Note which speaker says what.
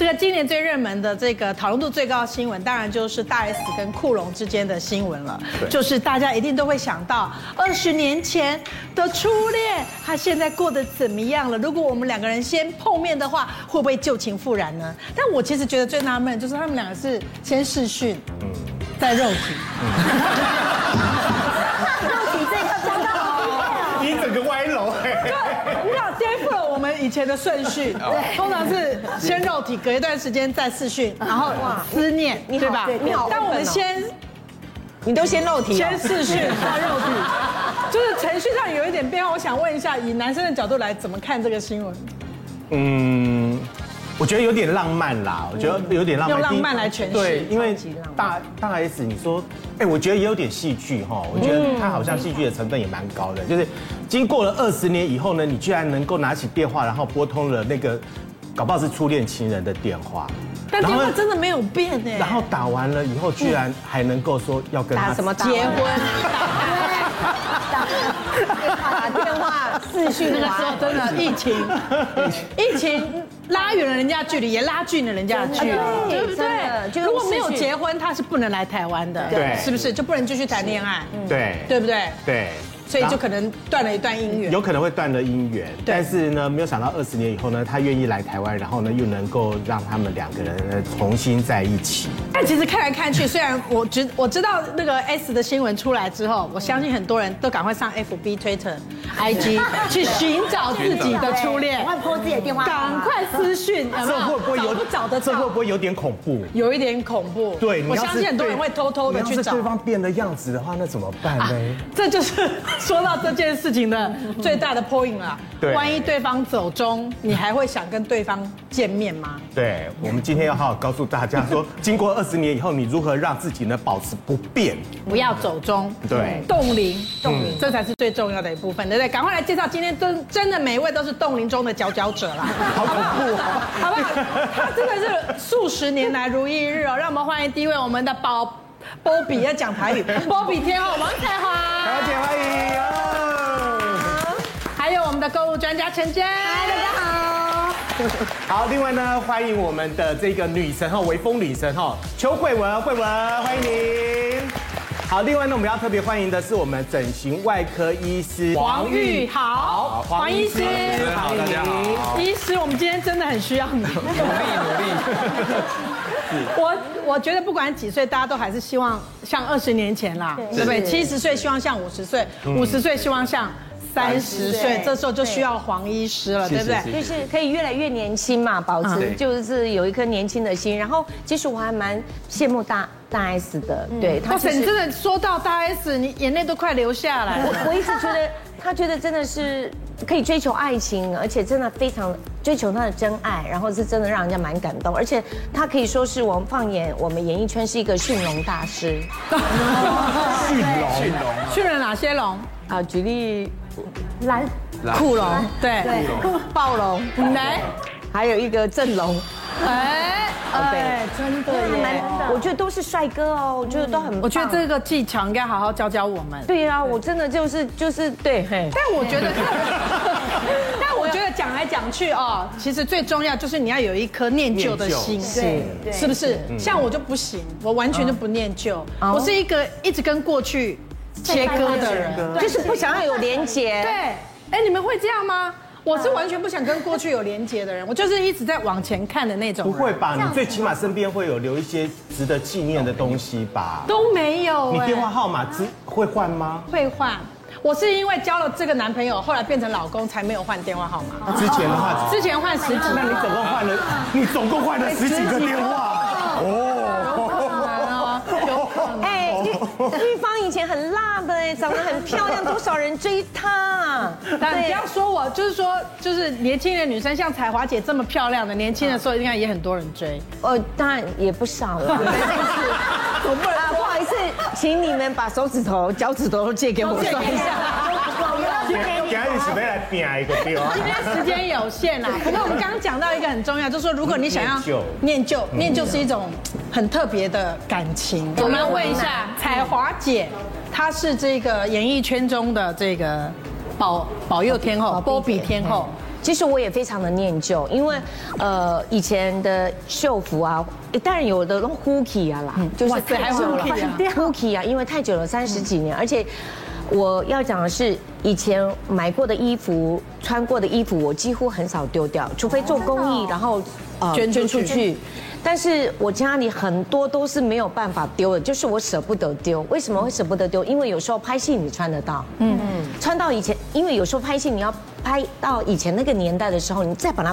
Speaker 1: 这个今年最热门的、这个讨论度最高的新闻，当然就是大 S 跟库龙之间的新闻了。就是大家一定都会想到，二十年前的初恋，他现在过得怎么样了？如果我们两个人先碰面的话，会不会旧情复燃呢？但我其实觉得最纳闷，就是他们两个是先试训，再肉体。
Speaker 2: 肉体这一刻讲到好低调，
Speaker 3: 你整个歪楼哎，
Speaker 1: 你知道颠覆了我们以前的顺序，通常是先肉体，隔一段时间再试训，然后思念，
Speaker 4: 你好
Speaker 1: 对吧
Speaker 4: 对？你好
Speaker 1: 但我们
Speaker 4: 过分哦
Speaker 1: 先
Speaker 4: 你都先露体了
Speaker 1: 先哦试 训，再肉体，就是程序上有一点变化。我想问一下，以男生的角度来怎么看这个新闻？
Speaker 3: 嗯。我觉得有点浪漫啦，我觉得有点浪漫，
Speaker 1: 用浪漫来诠释
Speaker 3: 对，因为
Speaker 4: 超级浪漫
Speaker 3: 大大 S，你说，哎，我觉得也有点戏剧哈，我觉得他好像戏剧的成分也蛮高的，就是经过了二十年以后呢，你居然能够拿起电话，然后拨通了那个，搞不好是初恋情人的电话，
Speaker 1: 但
Speaker 3: 然
Speaker 1: 电
Speaker 3: 后
Speaker 1: 话真的没有变哎，
Speaker 3: 然后打完了以后，居然还能够说要跟他
Speaker 4: 打什么打
Speaker 1: 结婚，
Speaker 4: 打电话视讯
Speaker 1: 那 个时候
Speaker 4: 完，
Speaker 1: 真的疫情， 疫情拉远了人家距离，也拉近了人家的距离，
Speaker 4: 对
Speaker 1: 对不
Speaker 4: 真的就
Speaker 1: 对？
Speaker 4: 用
Speaker 1: 如果没有
Speaker 4: 视讯
Speaker 1: 结婚，他是不能来台湾的，
Speaker 3: 对
Speaker 1: 是不是就不能继续谈恋爱？
Speaker 3: 对
Speaker 1: 对不对？
Speaker 3: 对，
Speaker 1: 所以就可能断了一段姻缘。
Speaker 3: 有可能会断了姻缘，但是呢，没有想到二十年以后呢，他愿意来台湾，然后呢，又能够让他们两个人呢重新在一起。
Speaker 1: 但其实看来看去，虽然我知我知道那个 S 的新闻出来之后，我相信很多人都赶快上 FB、Twitter、IG 去寻找自己的初恋
Speaker 2: 赶，快拨自己的电话号
Speaker 1: 赶
Speaker 2: 码，
Speaker 1: 快私讯，有没
Speaker 3: 这会不会有
Speaker 1: 找不找得
Speaker 3: 这会
Speaker 1: 到
Speaker 3: 不？会有点恐怖？
Speaker 1: 有一点恐怖。
Speaker 3: 对，你
Speaker 1: 我
Speaker 3: 要是
Speaker 1: 相信很多人
Speaker 3: 对
Speaker 1: 会偷偷的
Speaker 3: 你要
Speaker 1: 去
Speaker 3: 是
Speaker 1: 找啊
Speaker 3: 对。方变了样子的话，那怎么办呢？
Speaker 1: 这就是 说到这件事情的最大的 point 了。
Speaker 3: 对
Speaker 1: 万一对方走中，你还会想跟对方见面吗？
Speaker 3: 对，我们今天要好好告诉大家说，经过二十年以后，你如何让自己呢保持不变？
Speaker 1: 不要走中，
Speaker 3: 对
Speaker 1: 冻龄，冻龄，这才是最重要的一部分，对不对？赶快来介绍，今天真真的每一位都是冻龄中的佼佼者啦，
Speaker 3: 好恐怖哦！
Speaker 1: 好不好？他真的是数十年来如一日哦，让我们欢迎第一位我们的宝。波比要讲台语，波比天后王彩
Speaker 3: 而
Speaker 1: 华，
Speaker 3: 且欢迎哦。
Speaker 1: 还有我们的购物专家陈真，大家好。
Speaker 3: 好，另外呢，欢迎我们的这个女神哈，微风女神哈，邱慧文，慧文，欢迎您。好，另外呢，我们要特别欢迎的是我们整形外科医师
Speaker 1: 黄玉豪，黄医师，
Speaker 5: 好，大家好，
Speaker 1: 医师，我们今天真的很需要你。
Speaker 5: 努力努力。
Speaker 1: 我我觉得不管几岁，大家都还是希望像二十年前啦，对不对？七十岁希望像五十岁，五十岁希望像三十岁，这时候就需要黄医师了，对不对？
Speaker 5: 是是
Speaker 4: 就是可以越来越年轻嘛，保持
Speaker 5: 对
Speaker 4: 就是有一颗年轻的心。然后其实我还蛮羡慕大大 S 的，对她
Speaker 1: 哇
Speaker 4: 就
Speaker 1: 塞，你
Speaker 4: 是
Speaker 1: 真的说到大 S，你眼泪都快流下来了。
Speaker 4: 我我一直觉得他觉得真的是可以追求爱情，而且真的非常追求他的真爱，然后是真的让人家蛮感动，而且他可以说是我们放眼我们演艺圈是一个驯龙大师
Speaker 3: 驯龙，
Speaker 1: 去了哪些龙？
Speaker 4: 啊。举例，蓝，
Speaker 1: 库龙，对，
Speaker 4: 暴龙，
Speaker 1: 来，
Speaker 4: 还有一个正龙，
Speaker 1: 哎哎，真的耶！
Speaker 4: 我觉得都是帅哥哦，我觉得都很棒，
Speaker 1: 嗯我觉得这个技巧应该好好教教我们。
Speaker 4: 对啊，我真的就是就是对，嘿，
Speaker 1: 但我觉 得，但我觉得讲来讲去哦，其实最重要就是你要有一颗念旧的心，对，是不是？
Speaker 3: 嗯
Speaker 1: 像我就不行，我完全就不念旧，我是一个一直跟过去嗯哦切割的人，
Speaker 4: 就是不想要有连结，
Speaker 1: 对，哎，你们会这样吗？我是完全不想跟过去有连接的人，我就是一直在往前看的那种
Speaker 3: 不
Speaker 1: 人，
Speaker 3: 会吧？你最起码身边会有留一些值得纪念的东西吧？
Speaker 1: 都没有
Speaker 3: 你
Speaker 1: 哎
Speaker 3: 电话号码只会换吗？
Speaker 1: 会换。我是因为交了这个男朋友，后来变成老公，才没有换电话号码。
Speaker 3: 之前的话，
Speaker 1: 之前换十几
Speaker 3: 那你
Speaker 1: 个，
Speaker 3: 总共换了，你总共换了十几个电话哦。
Speaker 4: 哎，玉玉芳以前很辣的哎，长得很漂亮，多少人追她？
Speaker 1: 但不
Speaker 4: 对
Speaker 1: 要说我，就是说，就是年轻的女生，像彩华姐这么漂亮的，年轻的时候应该也很多人追。
Speaker 4: 呃，当然也不少 了，但是我不啊，不好意思，请你们把手指头、脚趾头借给我算 一下。
Speaker 3: 今天你是要来拼啊一个电话
Speaker 1: 今？天时间有限 啦，不过我们刚刚讲到一个很重要，就是说如果你想要
Speaker 3: 念旧嗯
Speaker 1: 念旧，念旧是一种很特别的感情。我们要问一下彩华姐，她是这个演艺圈中的这个保保佑天后、波比天后，
Speaker 4: 哎其实我也非常的念旧，因为呃以前的秀服啊，诶当然有的都 hooky 啊啦，就是
Speaker 1: 哇塞
Speaker 4: 太久了
Speaker 1: 还有 hooky 啊
Speaker 4: ，hooky 啊，因为太久了，三十几年，而且。我要讲的是，以前买过的衣服、穿过的衣服，我几乎很少丢掉，除非做公益，然后呃
Speaker 1: 捐出
Speaker 4: 出
Speaker 1: 去
Speaker 4: 去。但是我家里很多都是没有办法丢的，就是我舍不得丢。为什么会舍不得丢？因为有时候拍戏你穿得到，嗯嗯，穿到以前，因为有时候拍戏你要拍到以前那个年代的时候，你再把它